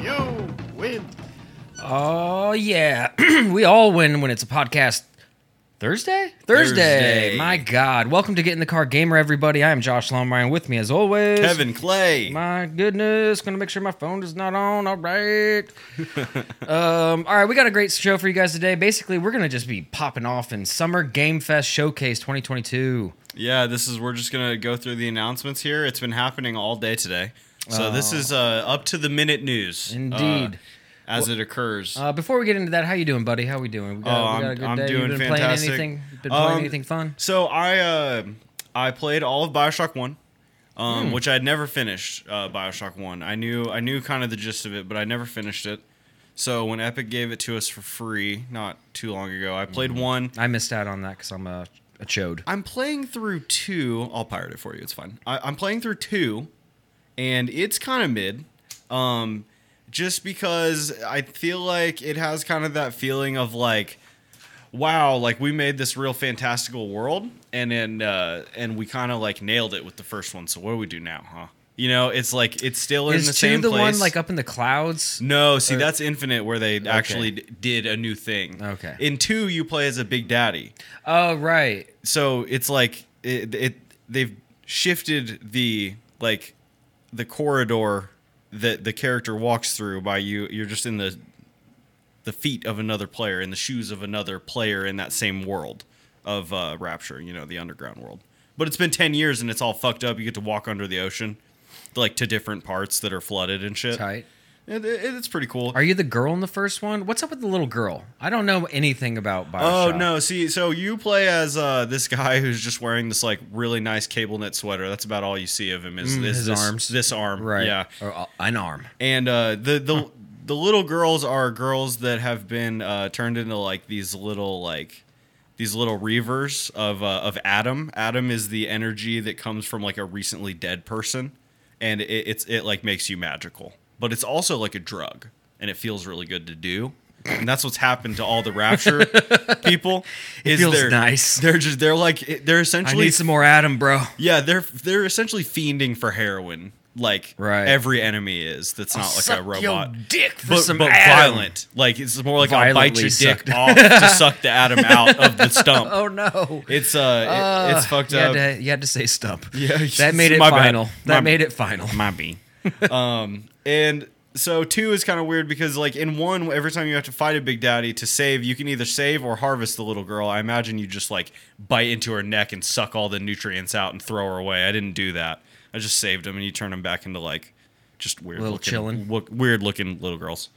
You win. Oh yeah, we all win when it's a podcast. Thursday? Thursday. Thursday. My God. Welcome to Get in the Car Gamer, everybody. I am Josh Lombard, and with me as always. Kevin Clay. My goodness. Gonna make sure my phone is not on. All right. um, all right, we got a great show for you guys today. Basically, we're gonna just be popping off in Summer Game Fest Showcase 2022. yeah, this is we're just gonna go through the announcements here. It's been happening all day today. So Oh. this is uh, up to the minute news, uh, Indeed. as it occurs. Uh, before we get into that, how you doing, buddy? How we doing? We Oh, we I'm- I'm You doing been fantastic. playing anything? Been playing Um, anything fun? so I uh, I played all of Bioshock One, um, Hmm. which I'd never finished. Uh, Bioshock One, I knew I knew kind of the gist of it, but I never finished it. So when Epic gave it to us for free not too long ago, I played Hmm. one. I missed out on that because I'm a, a chode. I'm playing through two. I'll pirate it for you. It's fine. I, I'm playing through two, and it's kind of mid. Um, just because I feel like it has kind of that feeling of like, wow, like we made this real fantastical world, and then uh, and we kind of like nailed it with the first one. So what do we do now, huh? You know, it's like it's still in is the two same the place. one like up in the clouds? No, see, Or- that's Infinite, where they actually d- did a new thing. Okay. In two, you play as a Big Daddy Oh right. so it's like it, it they've shifted the like the corridor that the character walks through by you you're just in the the feet of another player in the shoes of another player in that same world of uh, rapture you know the underground world but it's been 10 years and it's all fucked up you get to walk under the ocean like to different parts that are flooded and shit Tight. It- it- it's pretty cool Are you the girl in the first one? What's up with the little girl? I don't know anything about Oh Bioshock. no! See, so you play as uh, this guy who's just wearing this like really nice cable knit sweater. That's about all you see of him is, Mm, is his this, arms. This arm, Right. Yeah, Or uh, an arm. and uh, the the the little girls are girls that have been uh, turned into like these little like these little reavers of uh, of atom. Atom is the energy that comes from like a recently dead person, and it, it's it like makes you magical, but it's also like a drug, and it feels really good to do. And that's what's happened to all the rapture people. Is feels they're, nice. They're just they're like they're I essentially need some more Adam, bro. yeah, they're they're essentially fiending for heroin, like Right. every enemy is. That's not like a Suck robot, Your dick for but, some but Adam. violent. Like it's more like I'll bite Violently your sucked. dick off to suck the atom out of the stump. Oh no. It's uh, it- Uh, it's fucked you up. Had to, you had to say stump. Yeah, that made it my bad. final. That My- made it final. My B. um, and so two is kind of weird because like in one, every time you have to fight a big daddy to save, you can either save or harvest the little girl. I imagine you just like bite into her neck and suck all the nutrients out and throw her away. I didn't do that. I just saved them and you turn them back into like just weird Little looking, chillin'. wo- weird looking little girls.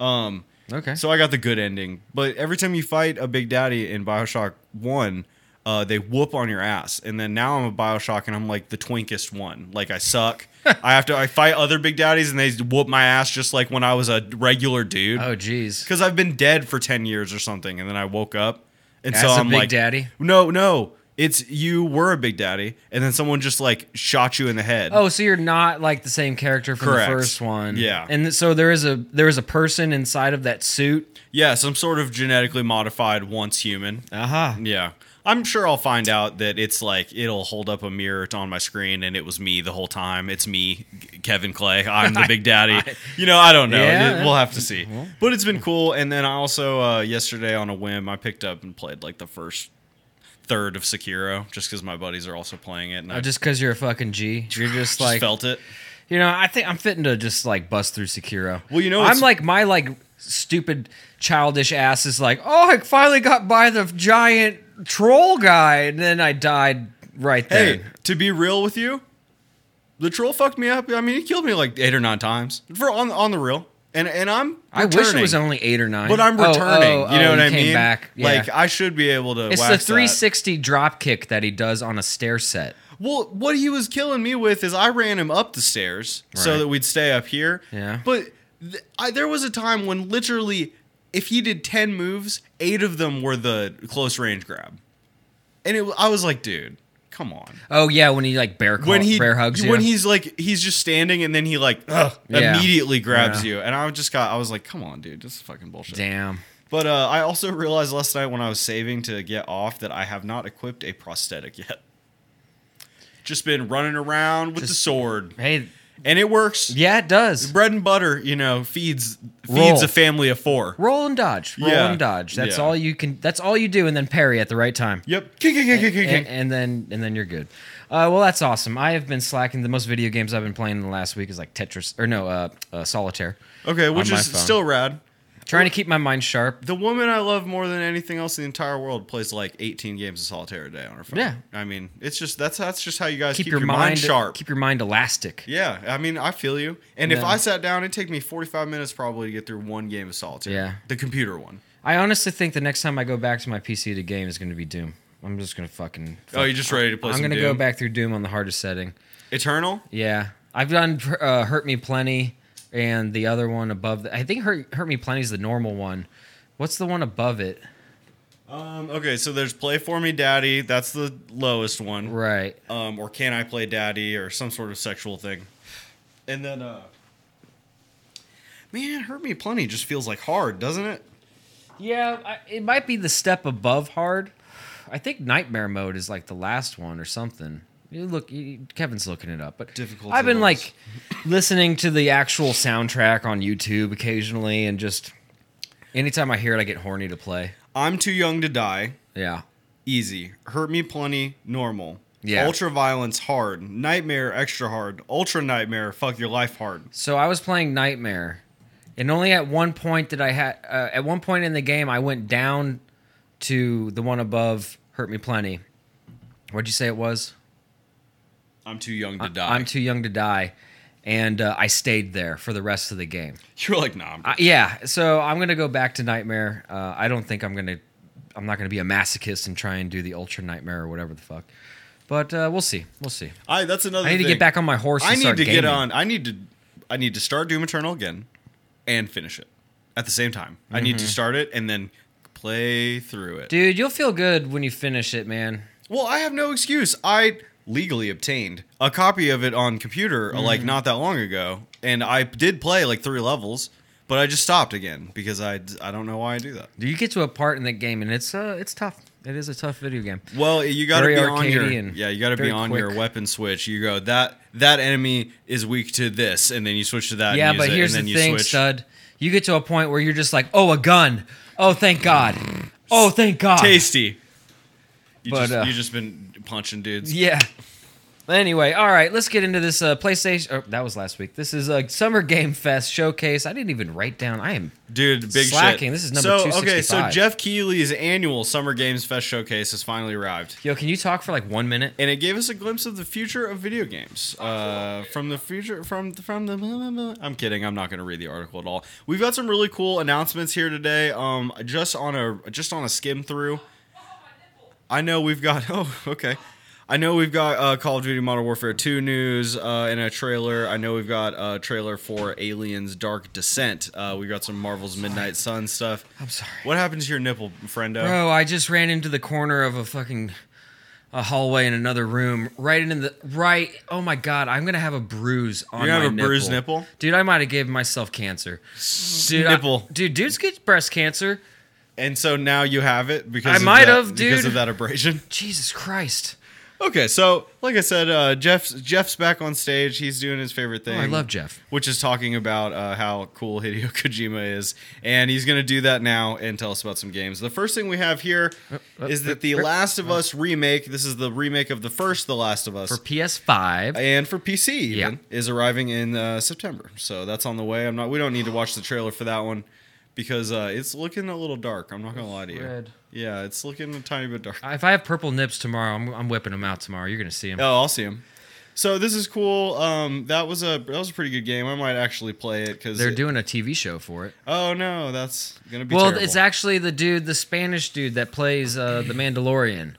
Okay. So I got the good ending. But every time you fight a Big Daddy in Bioshock 1, uh, they whoop on your ass. And then now I'm a Bioshock and I'm like the twinkest one. Like I suck. I have to, I fight other Big Daddies and they whoop my ass just like when I was a regular dude. oh jeez. Because I've been dead for 10 years or something. And then I woke up. And so As a I'm Big like, Daddy? No, no. It's you were a Big Daddy. And then someone just like shot you in the head. Oh, so you're not like the same character from Correct. the first one. Yeah. And th- so there is a there is a person inside of that suit. Yeah, some sort of genetically modified once human. Aha. Yeah. I'm sure I'll find out that it's like it'll hold up a mirror on my screen and it was me the whole time. It's me, G- Kevin Clay. I'm the big daddy. you know, I don't know. Yeah. We'll have to see. But it's been cool. And then I also uh, yesterday on a whim I picked up and played like the first third of Sekiro just because my buddies are also playing it and I Oh, just, just because you're a fucking G, you're just like felt it. you know. I think I'm fitting to just like bust through Sekiro. Well, you know, I'm it's- like my like stupid childish ass is like, oh, I finally got by the giant troll guy, and then I died right there. Hey, to be real with you, the troll fucked me up. I mean, he killed me like eight or nine times for on on the real. And and I'm I wish it was returning. only eight or nine, But I'm Oh, returning. oh, you know oh, what I came mean? Back, yeah. Like I should be able to. it's the wax that. 360 drop kick that he does on a stair set. Well, what he was killing me with is I ran him up the stairs so Right. that we'd stay up here. Yeah. But th- I, there was a time when literally, if he did 10 moves, eight of them were the close range grab. And it, wa- I was like, dude, come on. Oh yeah, when he like bear claw, When he bear hugs you. when he's like he's just standing and then he like ugh, Yeah. immediately grabs Yeah. you and I just got I was like come on dude this is fucking bullshit. damn. But uh, I also realized last night when I was saving to get off that I have not equipped a prosthetic yet. Just been running around with the Just- sword, Hey, and it works. yeah, it does. Bread and butter, you know, feeds feeds Roll. a family of four. Roll and dodge. Roll Yeah. and dodge. That's Yeah. all you can. That's all you do, and then parry at the right time. Yep. King, king, king, king, king, king. And, and then and then you're good. Uh, well, that's awesome. I have been slacking. The most video games I've been playing in the last week is like Tetris or no, uh, uh, solitaire. Okay, which my is phone. still rad. Trying to keep my mind sharp. The woman I love more than anything else in the entire world plays like 18 games of solitaire a day on her phone. Yeah. I mean, it's just that's that's just how you guys Keep, keep, your, mind, sharp. Keep your mind elastic. Yeah, I mean, I feel you. And if Yeah. I sat down, it'd take me 45 minutes probably to get through one game of solitaire. Yeah. The computer one. I honestly think the next time I go back to my PC to game is going to be Doom. I'm just going to fucking. Oh, you're just ready to play I'm some going to Doom? go back through Doom on the hardest setting. Eternal? Yeah, I've done uh, Hurt Me Plenty and the other one above. The, I think Hurt Hurt Me Plenty's the normal one. What's the one above it? Um, okay, so there's Play For Me Daddy. That's the lowest one. Right. Um, or Can I Play Daddy or some sort of sexual thing. And then, uh, man, Hurt Me Plenty just feels like hard, doesn't it? Yeah, I, it might be the step above hard. I think Nightmare Mode is like the last one or something. You look, you, Kevin's looking it up, but Difficult I've been levels. like listening to the actual soundtrack on YouTube occasionally, and just anytime I hear it, I get horny to play. I'm Too Young to Die. Yeah, easy. Hurt Me Plenty, normal. Yeah. Ultra Violence, hard. Nightmare, extra hard. Ultra Nightmare, fuck your life, hard. So I was playing Nightmare, and only at one point did I had uh, at one point in the game I went down to the one above Hurt Me Plenty. What'd you say it was? I'm too young to die. I'm too young to die, and uh, I stayed there for the rest of the game. You're like, nah. I'm- Uh, yeah, so I'm gonna go back to Nightmare. Uh, I don't think I'm gonna I'm not gonna be a masochist and try and do the Ultra Nightmare or whatever the fuck. But uh, we'll see. We'll see. I, that's another. I need to thing. get back on my horse. And I need start to get gaming. on. I need to. I need to start Doom Eternal again, and finish it at the same time. I need Mm-hmm. to start it and then play through it. dude. You'll feel good when you finish it, man. Well, I have no excuse. I legally obtained a copy of it on computer uh, Mm-hmm. like not that long ago, and I did play like three levels, but I just stopped again because I I don't know why I do that. Do you get to a part in that game and it's uh it's tough. It is a tough video game. Well, you got to Very be on your arcadey and yeah, you got to be very on your quick. weapon switch. You go that that enemy is weak to this, and then you switch to that. yeah, and use but it, here's and then the you thing, switch. stud. You get to a point where you're just like, oh, a gun. Oh, thank God. Oh, thank God. tasty. You But, just uh, you just been punching dudes. Yeah. Anyway, all right, let's get into this uh, PlayStation. Oh, that was last week. This is a Summer Game Fest showcase. I didn't even write down. I am. Dude, big Slacking. shit. This is number so, Okay, so 265. Jeff Keighley's annual Summer Games Fest showcase has finally arrived. Yo, can you talk for like one minute? and it gave us a glimpse of the future of video games. Uh, from the future, from from the. blah, blah, blah. I'm kidding. I'm not going to read the article at all. We've got some really cool announcements here today. Um, just on a just on a skim through. I know we've got. Oh, okay. I know we've got uh, Call of Duty Modern Warfare 2 news uh, and a trailer. I know we've got a trailer for Aliens Dark Descent. Uh, we got some Marvel's Midnight Sun stuff. I'm sorry. What happened to your nipple, friendo? Bro, I just ran into the corner of a fucking a hallway in another room, right into the right. Oh my god, I'm gonna have a bruise on You're gonna my have a bruised nipple? dude. I might have given myself cancer. Dude, I- nipple. dude, dudes get breast cancer. And so now you have it because I of might that- have, because dude. of that abrasion. Jesus Christ! Okay, so like I said, uh, Jeff's Jeff's back on stage. He's doing his favorite thing. Oh, I love Jeff. which is talking about uh, how cool Hideo Kojima is, and he's going to do that now and tell us about some games. The first thing we have here uh, is uh, that the uh, Last of Us remake. This is the remake of the first The Last of Us. For PS5, and for PC even, Yeah. is arriving in uh, September, so that's on the way. I'm not. We don't need to watch the trailer for that one because uh, it's looking a little dark. I'm not gonna lie to you. Red. Yeah, it's looking a tiny bit dark. if I have purple nips tomorrow, I'm, I'm whipping them out tomorrow. You're gonna see them. Oh, I'll see him. So this is cool. Um, that was a that was a pretty good game. I might actually play it because They're doing a TV show for it. Oh no, that's gonna be Well, terrible. it's actually the dude, the Spanish dude that plays uh, the Mandalorian.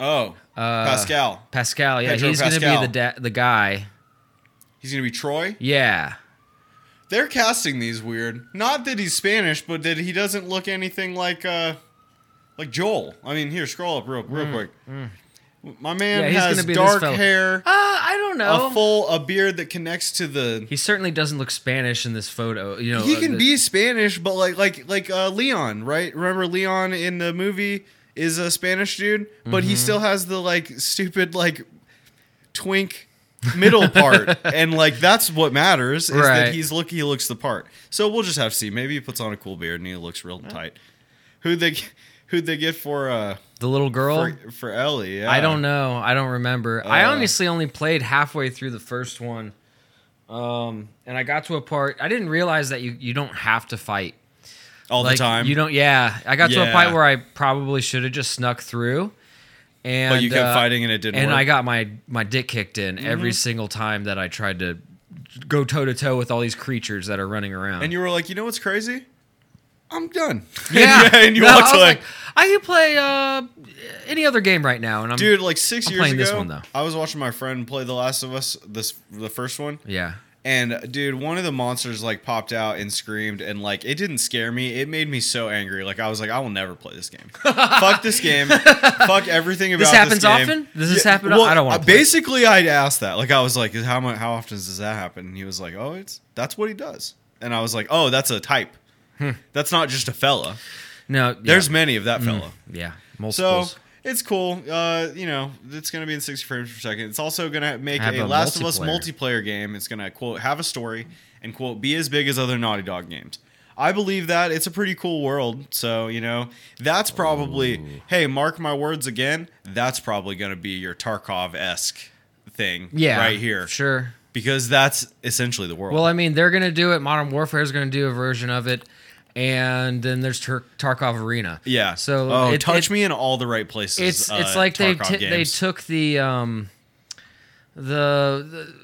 Oh, Pascal. Pascal, yeah, Pedro he's gonna Pascal. be the da- the guy. He's gonna be Troy. Yeah, They're casting these weird. Not that he's Spanish, but that he doesn't look anything like uh like Joel. I mean, here, scroll up real real quick. My Mm, Yeah, man he's has gonna be this dark fella. hair, uh, I don't know. a full a beard that connects to the. he certainly doesn't look Spanish in this photo. You know, He uh, can the- be Spanish, but like like like uh, Leon, right? Remember Leon in the movie is a Spanish dude, but Mm-hmm. he still has the like stupid like twink middle part, and like that's what matters is Right. that he's look he looks the part. So we'll just have to see. Maybe he puts on a cool beard and he looks real tight. Who they who they get for uh the little girl. for, for Ellie? Yeah. Uh. I don't know. I don't remember. I honestly only played halfway through the first one. Um, and I got to a part I didn't realize that you, you don't have to fight all like, the time. You don't. Yeah, I got to a Yeah. point where I probably should have just snuck through. And But Oh, you kept uh, fighting and it didn't And work. I got my my dick kicked in every single time that I tried to go toe to toe with all these creatures that are running around. and you were like, you know what's crazy? I'm done. yeah, and you No, walked I was away. like, I can play uh, any other game right now, and I'm dude like 6 I'm years playing ago this one, though. i was watching my friend play the last of us this the first one Yeah, and uh, dude one of the monsters like popped out and screamed and like it didn't scare me it made me so angry like i was like i will never play this game fuck this game fuck everything about This happens game. often? Does this happen o- I don't wanna uh, play. basically i asked that like i was like how mu how often does that happen and he was like oh it's that's what he does and i was like oh that's a type that's not just a fella no, Hmm. yeah. Hmm. there's many of that fella yeah so multiples. it's cool. Uh, you know, it's going to be in 60 frames per second. It's also going to make Have a a Last of Us multiplayer. multiplayer game. It's going to, quote, have a story and, quote, be as big as other Naughty Dog games. I believe that. It's a pretty cool world. So, you know, that's probably, hey, mark my words again, that's probably going to be your Tarkov esque thing yeah, right here. Sure. Because that's essentially the world. Well, I mean, they're gonna do it. Modern Warfare is gonna do a version of it, and then there's Tur- Tarkov Arena. yeah. So oh, it- touch it- me in all the right places. It's uh, it's like they Tarkov t- they games. took the um the, the,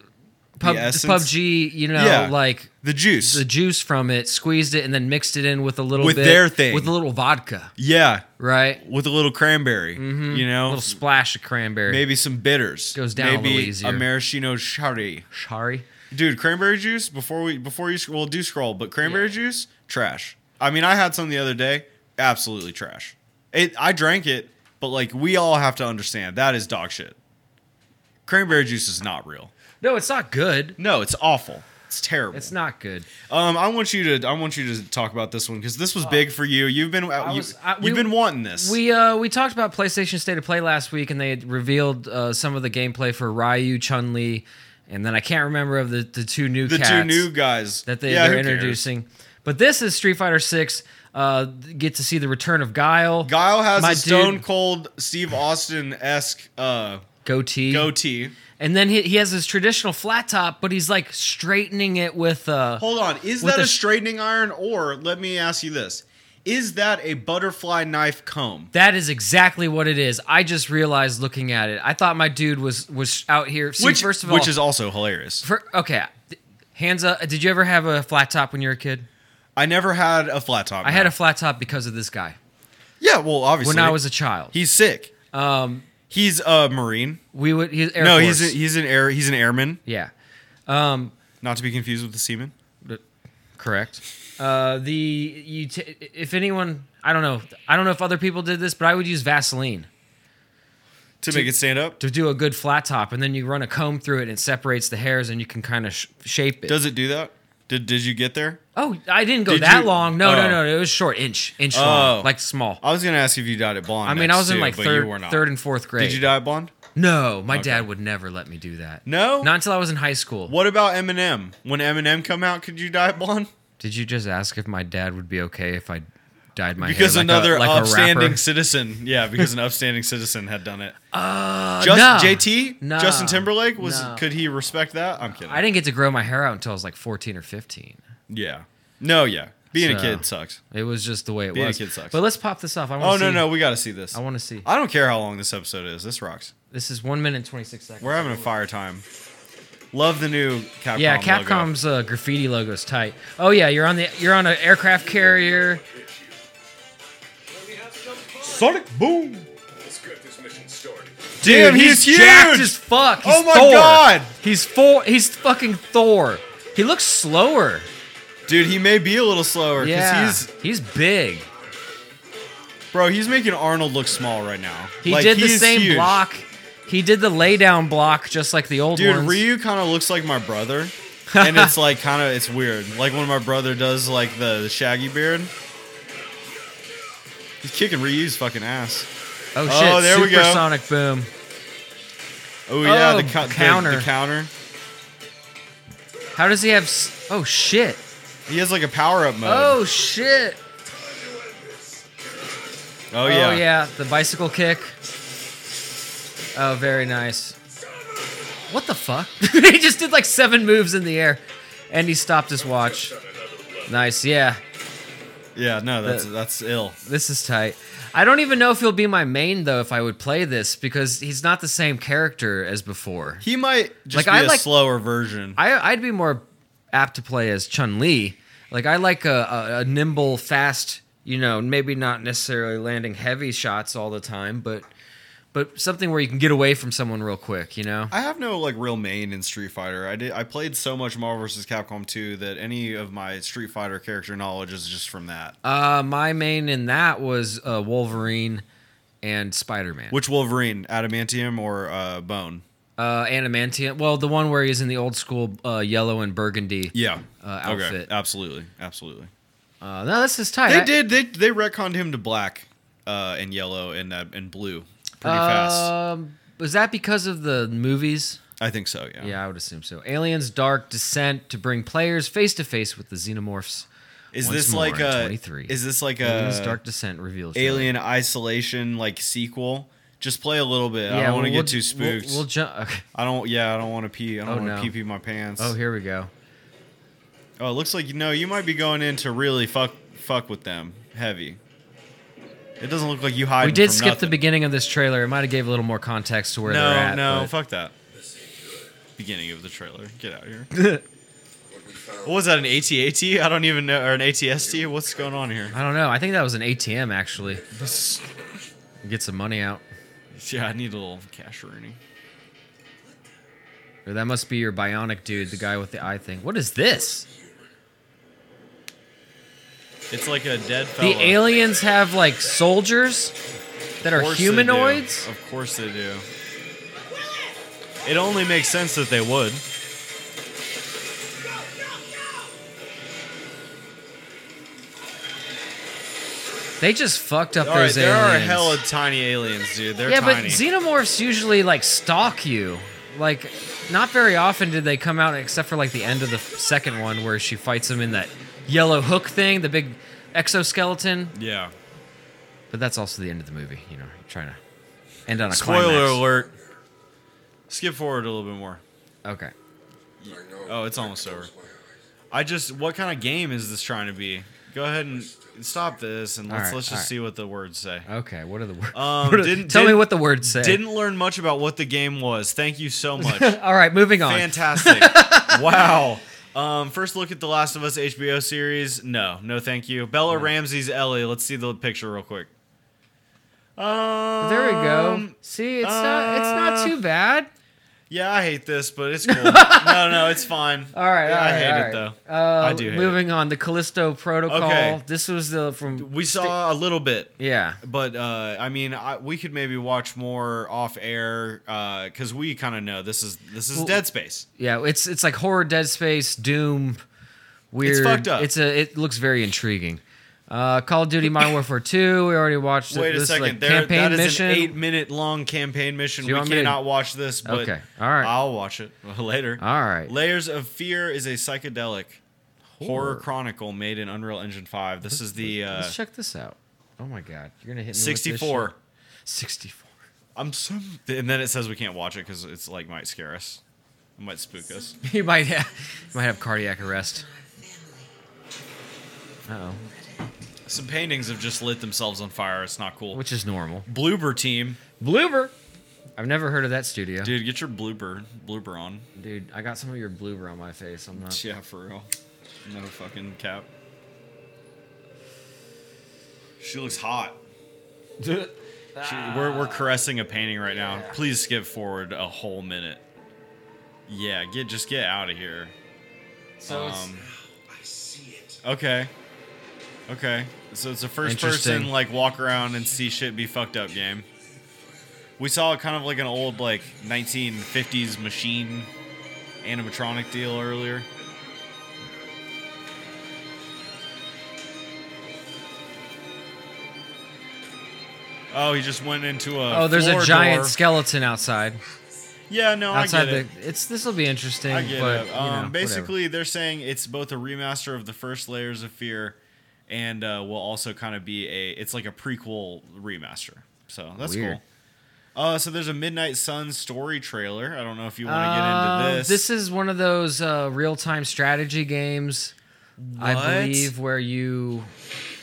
pub, essence? PUBG you know Yeah. like the juice. the juice from it, squeezed it, and then mixed it in with a little With bit their thing. with a little vodka, yeah. right? with a little cranberry, you A know, Mm-hmm. little splash of cranberry. maybe some bitters. Goes down a maybe little easier. maraschino sherry. Shari. Dude, cranberry juice before we before you sc- well do scroll, but cranberry juice trash. I mean, I had some the other day, absolutely trash. It I drank it, but like we all have to understand that is dog shit. Cranberry juice is not real. No, it's not good. No, it's awful. It's terrible. It's not good. Um, I want you to I want you to talk about this one because this was big for you. You've been you, was- Uh, I- we- you've been wanting this. We uh we talked about PlayStation State of Play last week, and they had revealed uh, some of the gameplay for Ryu, Chun Li, and then I can't remember of the the two new the cats two new guys that they Yeah, they're who cares? introducing. But this is Street Fighter Six. Uh, get to see the return of Guile. Guile has My a Stone dude. Cold Steve Austin esque uh, goatee. goatee. And then he, he has his traditional flat top, but he's like straightening it with uh Hold on, is With that a a, sh- straightening iron, or let me ask you this: Is that a butterfly knife comb? that is exactly what it is. I just realized looking at it. I thought my dude was was out here. See, which, first of all, which is also hilarious. fir- okay. Hands up. Did you ever have a flat top when you were a kid? I never had a flat top. I had a flat top because of this guy yeah. Well, obviously, when I was a child. he's sick. Um, he's a marine. we would. He, Air no, Force. he's a, he's an air he's an airman, yeah. not to be confused with the seaman. Correct. Uh, the you t- if anyone I don't know I don't know if other people did this, but I would use Vaseline To make it stand up, to do a good flat top, and then you run a comb through it and it separates the hairs, and you can kind of sh- shape it. does it do that? Did did you get there? oh, I didn't go Did that you- long. No, no, oh. no, no, it was short, inch, inch long, Oh. like small. I was gonna ask if you dyed it blonde. I mean, next I was in too, like but third, You were not. third and fourth grade. Did you dye it blonde? No, my dad would never let me do that. No? not until I was in high school. What about Eminem? When Eminem come out, could you dye it blonde? Did you just ask if my dad would be okay if I dyed my Because hair like another a, like a upstanding rapper? citizen, yeah, because an upstanding citizen had done it. Uh, Just no. JT, No. Justin Timberlake was. No. Could he respect that? I'm kidding. I didn't get to grow my hair out until I was like 14 or 15. yeah. No. Yeah. Being a So- kid sucks. It was just the way it Being a was. kid sucks. But let's pop this off. I want Oh to no no, we got to see this. I want to see. I don't care how long this episode is. This rocks. This is one minute and 26 seconds. We're having a fire time. Love the new Capcom. yeah, logo. Capcom's uh, graffiti logo is tight. Oh yeah, you're on the you're on an aircraft carrier. Sonic Boom. Let's get this mission started. Dude, Damn, he's jacked huge! as fuck. Oh He's my Thor. God! He's Thor. He's fucking Thor. He looks slower. Dude, he may be a little slower because Yeah, he's he's big. bro. He's making Arnold look small right now. He Like, did the is same huge. block. He did the lay down block just like the old Dude, ones. Ryu kind of looks like my brother, and it's like kind of it's weird. Like when my brother does like the, the shaggy beard. He's kicking Ryu's fucking ass. oh shit! Oh, there we go. Supersonic boom. Oh yeah, Oh, the, cou- the- counter. The, counter. How does he have? s- Oh shit! He has like a power up mode. Oh shit! Oh, yeah. Oh yeah, the bicycle kick. Oh, very nice. What the fuck? he just did like seven moves in the air, and he stopped his watch. Nice, yeah. Yeah, No, that's that's ill. This is tight. I don't even know if he'll be my main though if I would play this because he's not the same character as before. He might just Like, be I a like- slower version. I I'd be more apt to play as Chun Li. Like I like a, a, a nimble, fast. You know, maybe not necessarily landing heavy shots all the time, but but something where you can get away from someone real quick. You know. I have no like real main in Street Fighter. I did I played so much Marvel vs. Capcom 2 that any of my Street Fighter character knowledge is just from that. Uh, my main in that was uh, Wolverine and Spider Man. Which Wolverine, adamantium or uh, bone? Uh, Adamantium. Well, the one where he's in the old school uh, yellow and burgundy. Yeah, Uh, outfit. absolutely, absolutely. Uh, no, this is tight. They I- did they they retconned him to black uh, and yellow and uh, and blue pretty fast. Um, was that because of the movies? I think so. Yeah, Yeah, I would assume so. Aliens Dark Descent to bring players face to face with the xenomorphs. Is Once this more like in a 23. is this like Aliens a Dark Descent reveals Uh, Alien Isolation like sequel? Just play a little bit. I don't want to get too spooked. We'll, jump. I don't. Yeah, I don't want to pee. I don't Oh, want to no. pee pee my pants. Oh, here we go. Oh, it looks like you know you might be going in to really fuck fuck with them heavy. It doesn't look like you hide. We did skip the beginning of this trailer. It might have gave a little more context to where no, they're at. no, but- fuck that. Beginning of the trailer. Get out of here. what was that? An ATAT? I don't even know, or an ATST? What's going on here? I don't know. I think that was an ATM actually. Get some money out. Yeah, I need a little cash Rooney. Or that must be your bionic dude, the guy with the eye thing. What is this? It's like a dead The fella. aliens have like soldiers that are Of course they do. humanoids. Of course they do. It only makes sense that they would. They just fucked up All right, those there are aliens. hella tiny aliens, dude. They're yeah, tiny. but xenomorphs usually like stalk you. Like, not very often did they come out, except for like the end of the second one where she fights him in that yellow hook thing, the big exoskeleton. yeah. But that's also the end of the movie. You know, you're trying to end on a Spoiler climax. alert. Skip forward a little bit more. Okay. Oh, it's almost over. I just, what kind of game is this trying to be? Go ahead and stop this, and let's Alright, let's just alright. see what the words say. Okay. What are the words? Um, What are- didn't- tell me didn't- what the words say. Didn't learn much about what the game was. Thank you so much. All right, moving on. Fantastic! wow. Um, first look at the Last of Us HBO series. No, no, thank you. Bella Ramsey's Ellie. Let's see the picture real quick. Um, there we go. See, it's not it's Uh, not too bad. Yeah, I hate this, but it's cool. no, no, it's fine. All right, Yeah, all right, I hate all it right. though. Uh, I do hate moving on, the Callisto Protocol. Okay. This was the from We saw a little bit, yeah. but uh, I mean, I, we could maybe watch more off air because we kind of know this is this is Dead Space. Yeah, it's it's like horror, Dead Space, Doom, weird. fucked up. It's a it looks very intriguing. Uh, Call of Duty, Modern Warfare Two. We already watched. it. Wait a This is, second, like, there campaign that is mission. an eight minute long campaign mission. Do you We want me to- cannot watch this, but Okay, all right. I'll watch it later. All right. Layers of Fear is a psychedelic horror, chronicle made in Unreal Engine Five. This is the uh, Let's check this out. Oh my god, you're gonna hit me with this sixty four. shit. Sixty-four. I'm so. And then it says we can't watch it because it's like might scare us, it might spook us. He might have, he might have cardiac arrest. Uh oh. Some paintings have just lit themselves on fire. It's not cool. Which is normal. blooper team, Bloober. I've never heard of that studio. Dude, dude? Get your blooper blooper on. I got some of your bloober on my face. I'm not. Yeah, for real. No fucking cap. She looks hot. She, we're, we're caressing a painting right now. Please skip forward a whole minute. Yeah, get just get out of here. So Um, Okay. Okay. So it's a first person Interesting. like walk around and see shit be fucked up game. We saw kind of like an old like 1950s machine animatronic deal earlier. Oh, he just went into a oh, there's a floor giant door. skeleton outside. Yeah, no, I outside get it. the, it's this will be interesting. I get but, it. you Um, know, basically, they're saying it's both a remaster of the first Layers of Fear, and uh, will also kind of be a. It's like a prequel remaster. So that's Weird. cool. Uh, so there's a Midnight Sun story trailer. I don't know if you want to whatever. get Um, into this. is one of those uh, real time strategy games. I What? believe where you,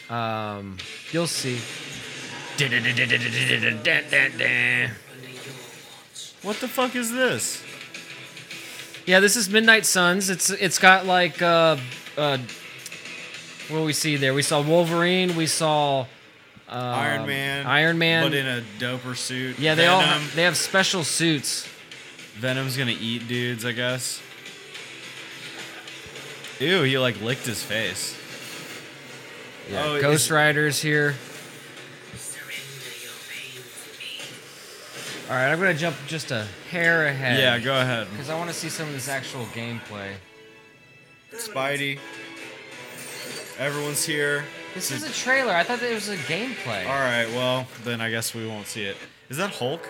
um, you'll see. what the fuck is this? Yeah, this is Midnight Suns. It's it's got like uh, uh, what do we see there? We saw Wolverine. We saw um, Iron Man. Iron Man. But in a doper suit. yeah, they Venom. all have, they have special suits. Venom's gonna eat dudes, I guess. Ew, he like licked his face. Yeah, Oh, Ghost is- Riders here. All right, I'm gonna jump just a hair ahead. Yeah, go ahead. because I want to see some of this actual gameplay. Spidey. Everyone's here. This Did- is a trailer. I thought that it was a gameplay. All right, well, then I guess we won't see it. Is that Hulk?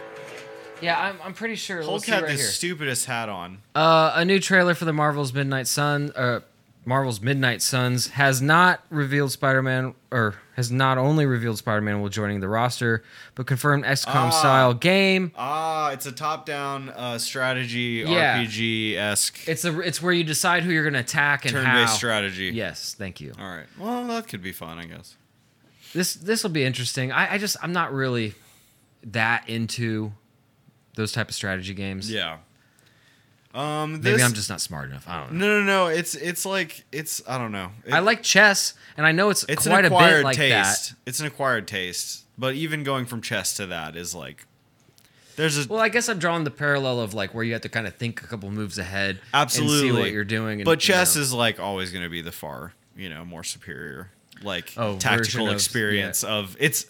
Yeah, I'm, I'm pretty sure. Hulk Let's see had right the here. stupidest hat on. Uh, a new trailer for the Marvel's Midnight Sun, uh, Marvel's Midnight Suns has not revealed Spider-Man, or has not only revealed Spider-Man while joining the roster, but confirmed XCOM style game. Ah, it's a top-down uh, strategy Yeah. RPG-esque It's a, it's where you decide who you're gonna attack and how. turn-based strategy. Yes, thank you. All right. Well, that could be fun, I guess. This this will be interesting. I, I just I'm not really that into those type of strategy games. Yeah. Um, Maybe this- I'm just not smart enough. I don't know. No, no, no. It's it's like it's I don't know. It- I like chess, and I know it's, it's an quite a bit acquired like that. taste. It's an acquired taste, but even going from chess to that is like there's a Well, I guess I'm drawing the parallel of like where you have to kind of think a couple moves ahead, Absolutely. and see what you're doing. And, but chess you know. is like always going to be the far, you know, more superior like Oh, version tactical of- experience of it's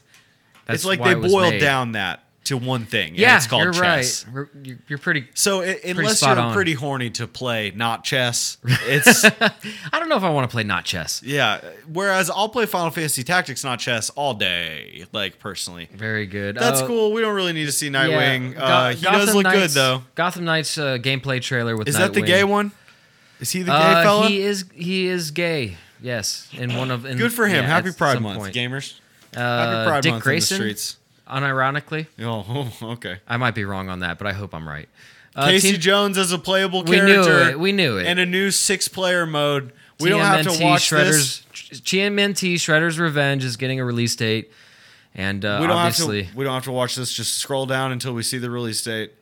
That's it's like why they it was boiled made. down that to one thing and yeah, it's called you're chess. right. We're- You're, you're pretty. So i unless spot you're on. pretty horny to play not chess, it's I don't know if I want to play not chess. yeah, whereas I'll play Final Fantasy Tactics not chess all day like personally. Very good. That's Uh, cool. We don't really need to see yeah, Nightwing. Go- uh, he does Gotham look good Knights- though. Gotham Knights uh, gameplay trailer with Is that the Nightwing. gay one? Is he the gay Uh, fella? He is. He is gay. Yes, in one of in, good for him. yeah, Happy at Pride some Month, point. gamers. Uh, Pride Dick Month in the Grayson, streets. unironically, Oh, okay. I might be wrong on that, but I hope I'm right. Uh, Casey Team- Jones as a playable We knew character. it. We knew it. And a new six-player mode. We don't have to watch this. Shredder's, TMNT Shredder's Revenge is getting a release date, and uh, We don't obviously have to. We don't have to watch this. Just scroll down until we see the release date.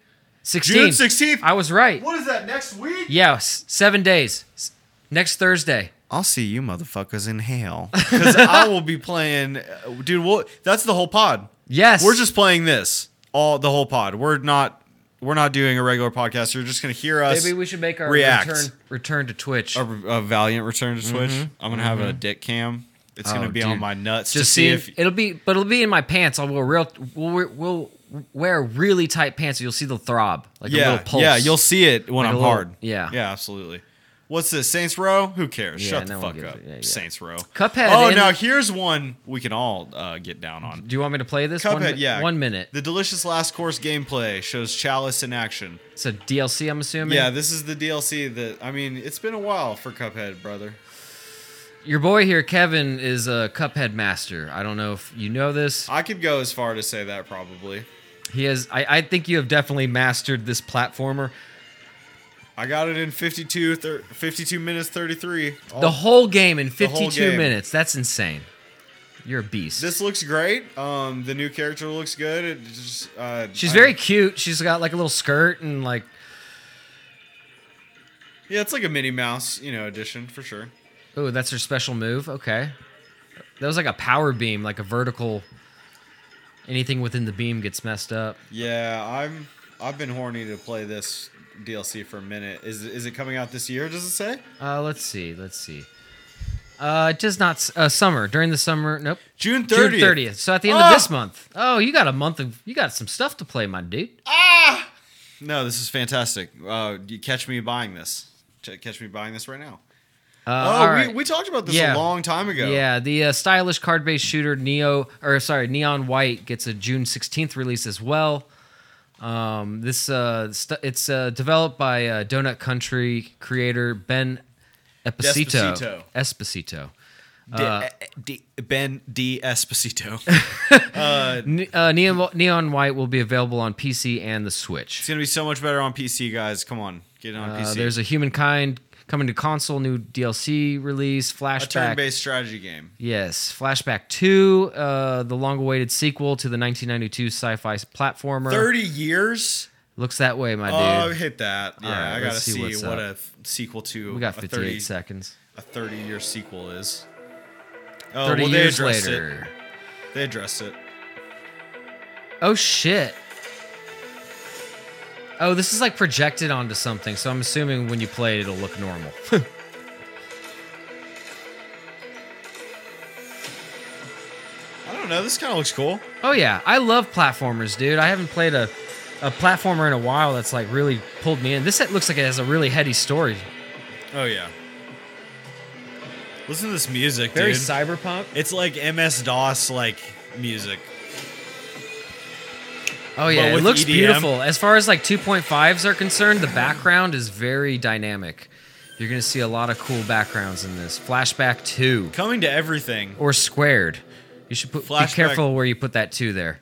16th. June 16th. I was right. What is that next week? Yes, seven days. S- Next Thursday. I'll see you motherfuckers in hell because I will be playing. uh, Dude, we'll, that's the whole pod. Yes, We're just playing this all the whole pod. We're not. We're not doing a regular podcast. You're just gonna hear us. maybe we should make our react. return return to Twitch. a, a valiant return to Twitch. I'm gonna have a dick cam. It's gonna Mm-hmm. Oh, be on dude. my nuts just to see seeing- if it'll be, but it'll be in my pants. I'll wear real. We'll, wear- we'll wear really tight pants. So you'll see the throb, like a yeah little pulse. yeah you'll see it when Like a I'm little- hard. yeah. yeah, absolutely. What's this Saints Row? Who cares? Yeah, Shut the no one fuck up, gives a- yeah, yeah. Saints Row. Cuphead, Oh, and- now here's one we can all uh, get down on. Do you want me to play this? one, Cuphead, mi- yeah. One minute. The delicious last course gameplay shows Chalice in action. It's a DLC, I'm assuming. Yeah, this is the DLC that I mean. It's been a while for Cuphead, brother. Your boy here, Kevin, is a Cuphead master. I don't know if you know this. I could go as far to say that probably. He is. I, I think you have definitely mastered this platformer. I got it in 52, thir- 52 minutes 33. All The whole game in Oh. whole 52 game. minutes. That's insane. You're a beast. This looks great. Um, the new character looks good. It just, uh, She's I- very cute. She's got like a little skirt and like. yeah. It's like a Minnie Mouse, you know, edition for sure. Oh, that's her special move. Okay. That was like a power beam, like a vertical. Anything within the beam gets messed up. Yeah, I'm. I've been horny to play this DLC for a minute. Is is it coming out this year? Does it say? Uh, let's see. Let's see. Uh, it does not. s- Uh, summer during the summer. Nope. June June 30th. 30th. So at the end Ah! of this month. Oh, you got a month of. You got some stuff to play, my dude. Uh, No, this is fantastic. Uh, you catch me buying this. Ch- Catch me buying this right now. Uh, Oh, all right. we, we talked about this Yeah. a long time ago. Yeah, the uh, stylish card-based shooter Neo, or sorry, Neon White gets a June 16th release as well. Um, this uh, st- it's uh, developed by uh, Donut Country creator Ben Esposito. Despacito. Esposito. D- eh, Uh, D- ben D. Esposito. Ne- uh, Neon, Neon White will be available on PC and the Switch. It's gonna be so much better on PC, guys. Come on, get it on Uh, PC. there's a Humankind coming to console, new DLC release, a flashback. turn-based strategy game. Yes, Flashback 2, uh, the long-awaited sequel to the 1992 sci-fi platformer. Thirty years. Looks that way, my Oh, dude. hit that. Yeah, right, I let's gotta see see, what's what up. a f- sequel to We got a 58 thirty seconds. a thirty year sequel is. Oh, 30 well, they years addressed it. later. They addressed it. Oh, shit. Oh, this is like projected onto something, so I'm assuming when you play it, it'll look normal. I don't know. This kind of looks cool. oh, yeah. I love platformers, dude. I haven't played a, a platformer in a while that's like really pulled me in. This set looks like it has a really heady story. Oh yeah. Listen to this music, Very dude. cyberpunk. it's like MS DOS like music. Oh, yeah. It with E looks EDM. beautiful. As far as like 2.5s are concerned, the background is very dynamic. You're going to see a lot of cool backgrounds in this. Flashback 2. Coming to everything. or squared. You should put, be Flashback. careful where you put that two there.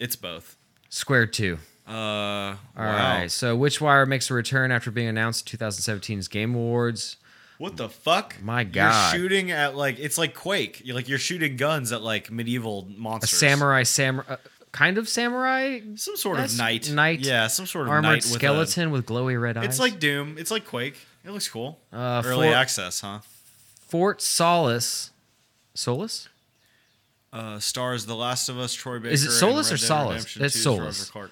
It's both. Square two. Uh, All All right. So Witchwire makes a return after being announced at 2017's Game Awards. What the fuck? My God. You're shooting at like it's like Quake. You're like you're shooting guns at like medieval A monsters. samurai, samurai, uh, kind of samurai Some sort That's of knight. knight. Yeah, some sort of armored knight with a- skeleton with, glowy red eyes. It's like Doom. It's like Quake. It looks cool. Uh, Early for- access, huh? Fort Solace. Solace? Uh, stars The Last of Us, Troy Baker. Is it and Solace Red or Dead Solace? Redemption That's 2's Solace. Forever Clark.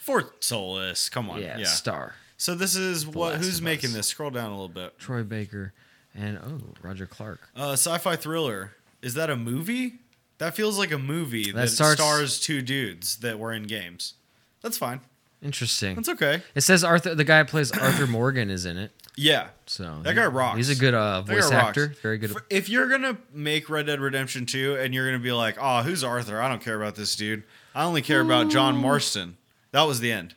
Fort Solace. Come on. Yeah, Yeah. Star. So this is what? Last Who's of making Us. this? Scroll down a little bit. Troy Baker and oh, Roger Clark. Uh, sci-fi thriller. Is that a movie? That feels like a movie that, starts- stars two dudes that were in games. That's fine. Interesting. That's okay. it says Arthur the guy who plays Arthur Morgan is in it. Yeah. So That he- guy rocks. He's a good uh, That guy voice rocks. actor. Very good. For- If you're gonna make Red Dead Redemption 2 and you're gonna be like, "Oh, who's Arthur? I don't care about this dude. I only care about John Marston." That was the end.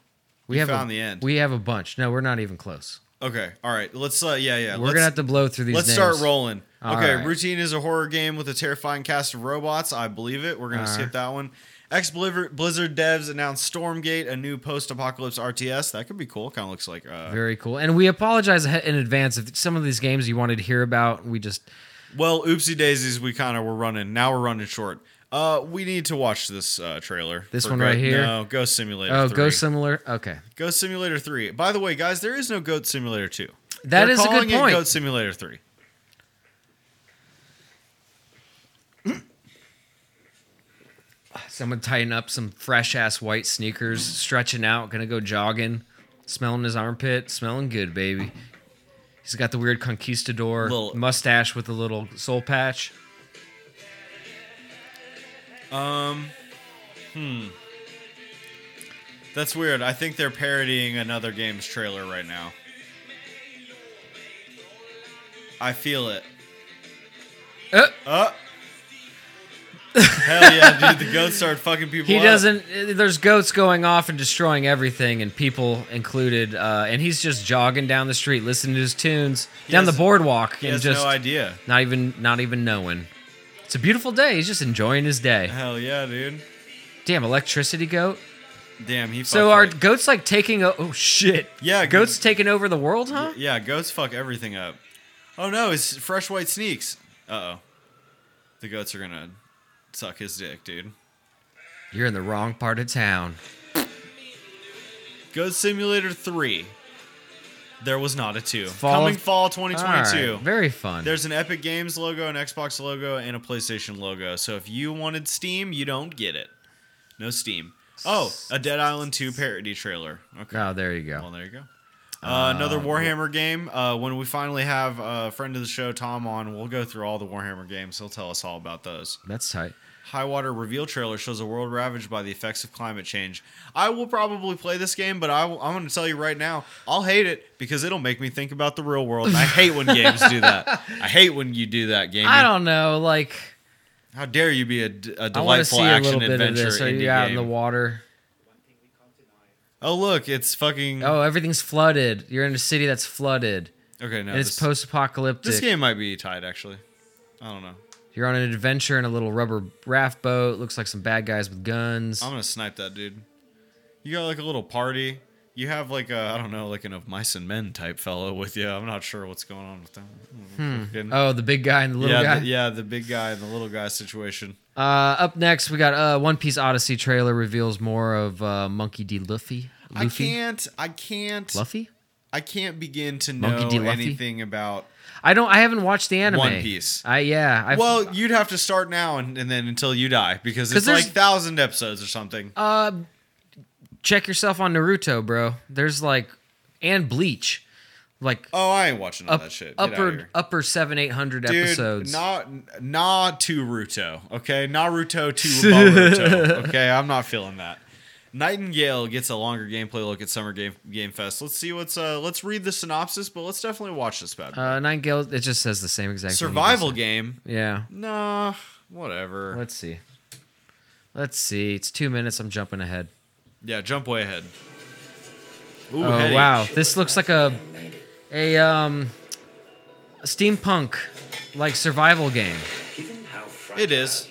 we You have found a, the end. We have a bunch. No, we're not even close. Okay. All right. Let's. Uh, yeah. Yeah. We're let's, gonna have to blow through these. Let's names. start rolling. All okay, right. Routine is a horror game with a terrifying cast of robots. I believe it. We're going All to right. skip that one. Ex Blizzard Blizzard devs announced Stormgate, a new post apocalypse RTS. That could be cool. Kind of looks like. Uh, Very cool. And we apologize ahe- in advance if some of these games you wanted to hear about. We just well, oopsie daisies, we kind of were running. Now we're running short. Uh, we need to watch this uh, trailer. This for one right Goat- here? No, Ghost Simulator. oh, three. Ghost Similar. Okay, Ghost Simulator Three. By the way, guys, there is no Goat Simulator Two. That They're is a good calling it point. Goat Simulator Three. so I'm gonna tighten up some fresh ass white sneakers, stretching out, gonna go jogging, smelling his armpit, smelling good, baby. He's got the weird conquistador Little- mustache with a little soul patch. That's weird. I think they're parodying another game's trailer right now. I feel it. Uh, Uh. Hell yeah, dude. The goats start fucking people He up. doesn't. uh, There's goats going off and destroying everything, and people included. Uh, and he's just jogging down the street, listening to his tunes down the has- boardwalk, He and has just no idea. not even not even knowing. It's a beautiful day. He's just enjoying his day. Hell yeah, dude. Damn, electricity goat. Damn, he So fucked are it. goats like taking? O- oh shit! Yeah, goats g- taking over the world, huh? Yeah, goats fuck everything up. Oh no, it's fresh white sneaks. Uh oh. The goats are gonna suck his dick, dude. You're in the wrong part of town. Goat Simulator 3. There was not a 2. Fall of- Coming fall All 2022. right, Very fun. There's an Epic Games logo, an Xbox logo, and a PlayStation logo. So if you wanted Steam, you don't get it. No Steam. Oh, a Dead Island 2 parody trailer. Okay. Oh, there you go. Well, there you go. Uh, another Warhammer game. Uh, when we finally have a friend of the show, Tom, on, we'll go through all the Warhammer games. He'll tell us all about those. That's tight. High Water reveal trailer shows a world ravaged by the effects of climate change. I will probably play this game, but I am going to tell you right now, I'll hate it because it'll make me think about the real world. And I hate when games do that. I hate when you do that, game. I don't know. Like, How dare you be a, d- a I want to delightful see a little action bit of adventure this. Are indie you out game? in the water? oh look, it's fucking. Oh, everything's flooded. You're in a city that's flooded, okay, no, and it's this- post-apocalyptic. This game might be tied actually. I don't know. You're on an adventure in a little rubber raft boat. Looks like some bad guys with guns. I'm gonna snipe that dude. You got like a little party. You have like a I don't know like an of mice and men type fellow with you. I'm not sure what's going on with them. Fucking- oh, the big guy and the little yeah, guy. The, yeah, the big guy and the little guy situation. Uh, up next, we got uh, One Piece Odyssey trailer reveals more of uh, Monkey D. Luffy. I Luffy? can't. I can't. Luffy? I can't begin to Monkey know D. Luffy? anything about. I don't. I haven't watched the anime. One Piece. I yeah. I've, Well, you'd have to start now and, and then until you die because 'Cause it's there's- like thousand episodes or something. uh, check yourself on Naruto, bro. There's like, and Bleach, like oh, I ain't watching all up, that shit. Get outta upper here. upper seven eight hundred Dude, episodes. Na, na Naruto, okay? Naruto to Boruto, okay? I'm not feeling that. Nightingale gets a longer gameplay look at Summer Game Game Fest. Let's see what's uh let's read the synopsis, but let's definitely watch this bad. boy. uh, Nightingale. It just says the same exact thing you just Survival game? said. Yeah. Nah, whatever. Let's see. Let's see. It's two minutes. I'm jumping ahead. Yeah, jump way ahead. Ooh, oh headache. wow, this looks like a a um steampunk like survival game. It is.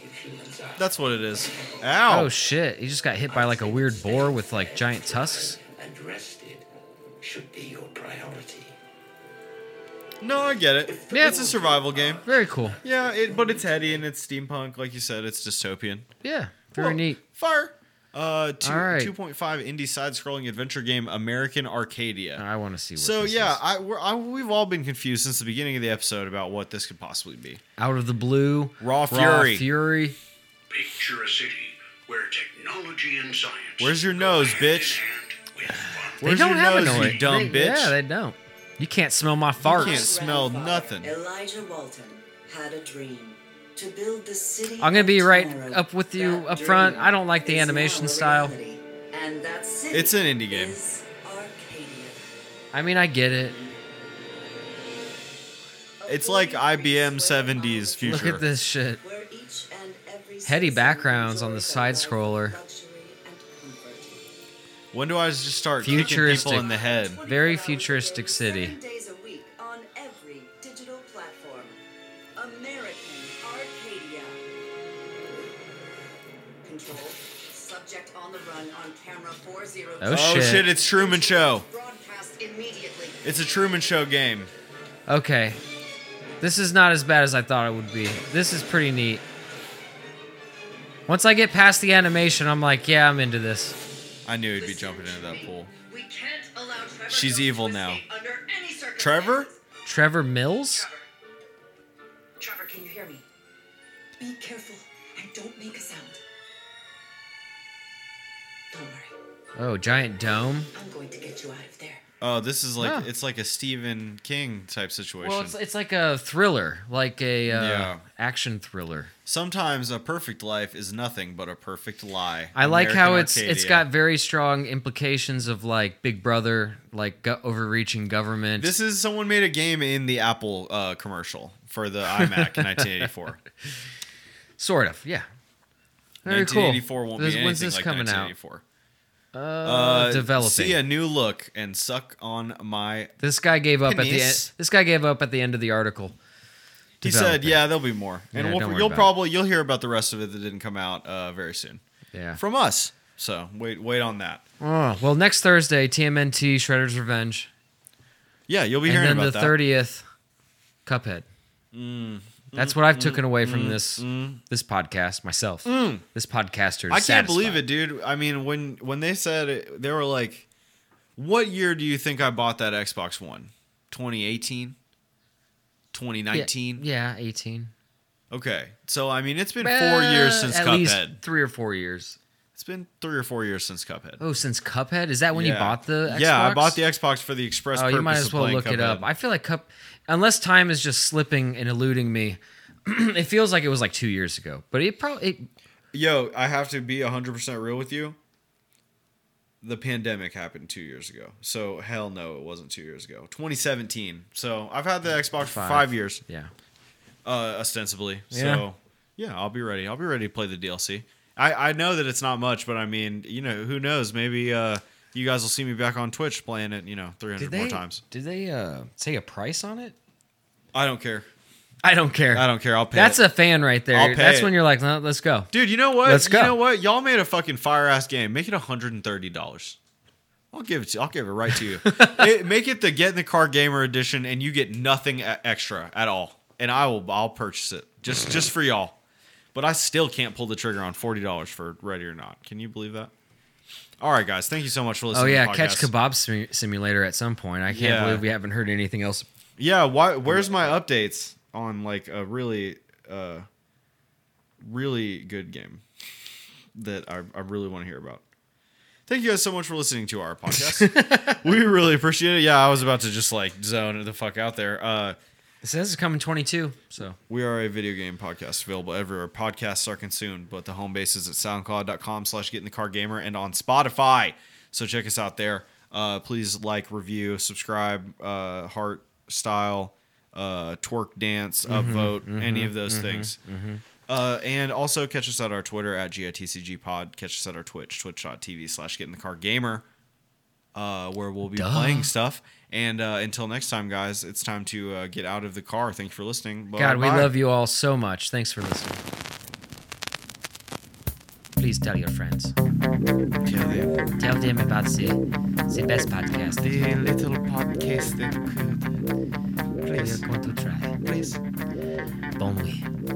That's what it is. Ow. Oh shit! He just got hit by like a weird boar with like giant tusks. and rested should be your priority. no, I get it. Yeah. It's a survival game. Very cool. Yeah, it, but it's heady and it's steampunk, like you said. It's dystopian. Yeah, very Well, neat. Fire. Uh, two, All right. 2.5 indie side-scrolling adventure game American Arcadia. I want to see. What so this yeah, is. I, we're, I we've all been confused since the beginning of the episode about what this could possibly be. out of the blue, Raw Fury. Fury. Picture a city where technology and science. Where's your go nose, hand in bitch? hand with fun. They Where's don't your have nose, a you noise. dumb They- bitch? Yeah, they don't. You can't smell my You can't farts. smell grandfather, nothing. Elijah Walton had a dream to build the city. I'm gonna be of right tomorrow. up with you That up front. dream I don't like the is animation now a style. reality, and that city It's an indie game. is Arcadia. I mean, I get it. It's like IBM 70s future. Look at this shit. Where each and every Heady citizen backgrounds on the enjoys a side life of scroller. luxury and comfort. When do I just start kicking Futuristic. people in the head? Very 24 hours a day, futuristic city. seven days a week on every digital platform. American Arcadia. Control. Subject on the run on camera 40. Oh, Oh shit. shit. It's Truman Show. Broadcast immediately. It's a Truman Show game. Okay. This is not as bad as I thought it would be. This is pretty neat. Once I get past the animation, I'm like, yeah, I'm into this. I knew he'd be jumping into that pool. We can't allow Trevor She's Jones to evil escape now. under any circumstances. Trevor? Trevor Mills? Trevor. Trevor, can you hear me? Be careful and don't make a sound. Don't worry. Oh, giant dome. I'm going to get you out of there. Oh, this is like Huh. it's like a Stephen King type situation. Well, it's, it's like a thriller, like a uh, Yeah. action thriller. Sometimes a perfect life is nothing but a perfect lie. I like how American it's it's Arcadia. got very strong implications of like Big Brother, like go- overreaching government. This is someone made a game in the Apple uh, commercial for the iMac in 1984. sort of, yeah. Very cool. 1984 won't This- be anything when's this like coming out? 1984. Uh, Uh, developing. See a new look and suck on my. This guy gave up at the Penis. end. This guy gave up at the end of the article. He Developing. said, "Yeah, there'll be more, and Yeah, we'll, don't worry you'll about it. probably you'll hear about the rest of it that didn't come out uh, very soon Yeah. from us. So wait, wait on that. oh, well, next Thursday, TMNT Shredder's Revenge, Yeah, you'll be and hearing then about the that. Mm. thirtieth, Cuphead. That's what I've taken away from this this podcast myself. This podcaster. Is Mm. I can't believe it, dude. I mean, when when they said it, they were like, "What year do you think I bought that Xbox One? 2018, 2019? Yeah, eighteen. Okay, so I mean, it's been four years since at Cuphead. Least three or four years. It's been three or four years since Cuphead. Oh, since Cuphead is that when you Yeah. bought the? Xbox? Yeah, I bought the Xbox for the express Oh, purpose you might as of well playing look it up. Cuphead. I feel like Cup, unless time is just slipping and eluding me, it feels like it was like two years ago. But it probably it, Yo, I have to be 100% real with you. The pandemic happened two years ago. So, hell no, it wasn't two years ago. 2017. So, I've had the Xbox for Five. five years, yeah. uh, ostensibly. Yeah. So, yeah, I'll be ready. I'll be ready to play the DLC. I, I know that it's not much, but I mean, you know, who knows? Maybe uh, you guys will see me back on Twitch playing it, you know, 300 Did they more times. did they uh, say a price on it? I don't care. I don't care. I don't care. I'll pay That's it. a fan right there. I'll pay That's it. when you're like, no, let's go. Dude, you know what? Let's go. You know what? Y'all made a fucking fire ass game. Make it $130. I'll give it to I'll give it right to you. It- make it the get in the car gamer edition and you get nothing e- extra at all. And I will I'll purchase it. Just just for y'all. But I still can't pull the trigger on $40 for Ready or Not. Can you believe that? All right, guys. Thank you so much for Oh listening. yeah, to the catch podcast. Kebab Sim- Simulator at some point. I can't Yeah. believe we haven't heard anything else. Yeah, why where's my updates on like a really uh really good game that I, I really want to hear about. Thank you guys so much for listening to our podcast. we really appreciate it. Yeah, I was about to just like zone the fuck out there. Uh It says it's coming 22, so we are a video game podcast available everywhere. Podcasts are consumed, but the home base is at soundcloud.com slash get in the car gamer and on Spotify. So check us out there. Uh, please like, review, subscribe, uh, heart style, uh, twerk dance, Mm-hmm, upvote, any of those things. Uh, and also catch us at our Twitter at GITCG pod. Catch us at our Twitch, twitch.tv slash get in the car gamer, uh, where we'll be playing stuff. And uh, until next time, guys, it's time to uh, get out of the car. Thank you for listening. God, we Bye-bye. love you all so much. Thanks for listening. Please tell your friends. Tell them Tell them about the, the best podcast. the little podcast that could. They are going to try. Please. Bon nuit.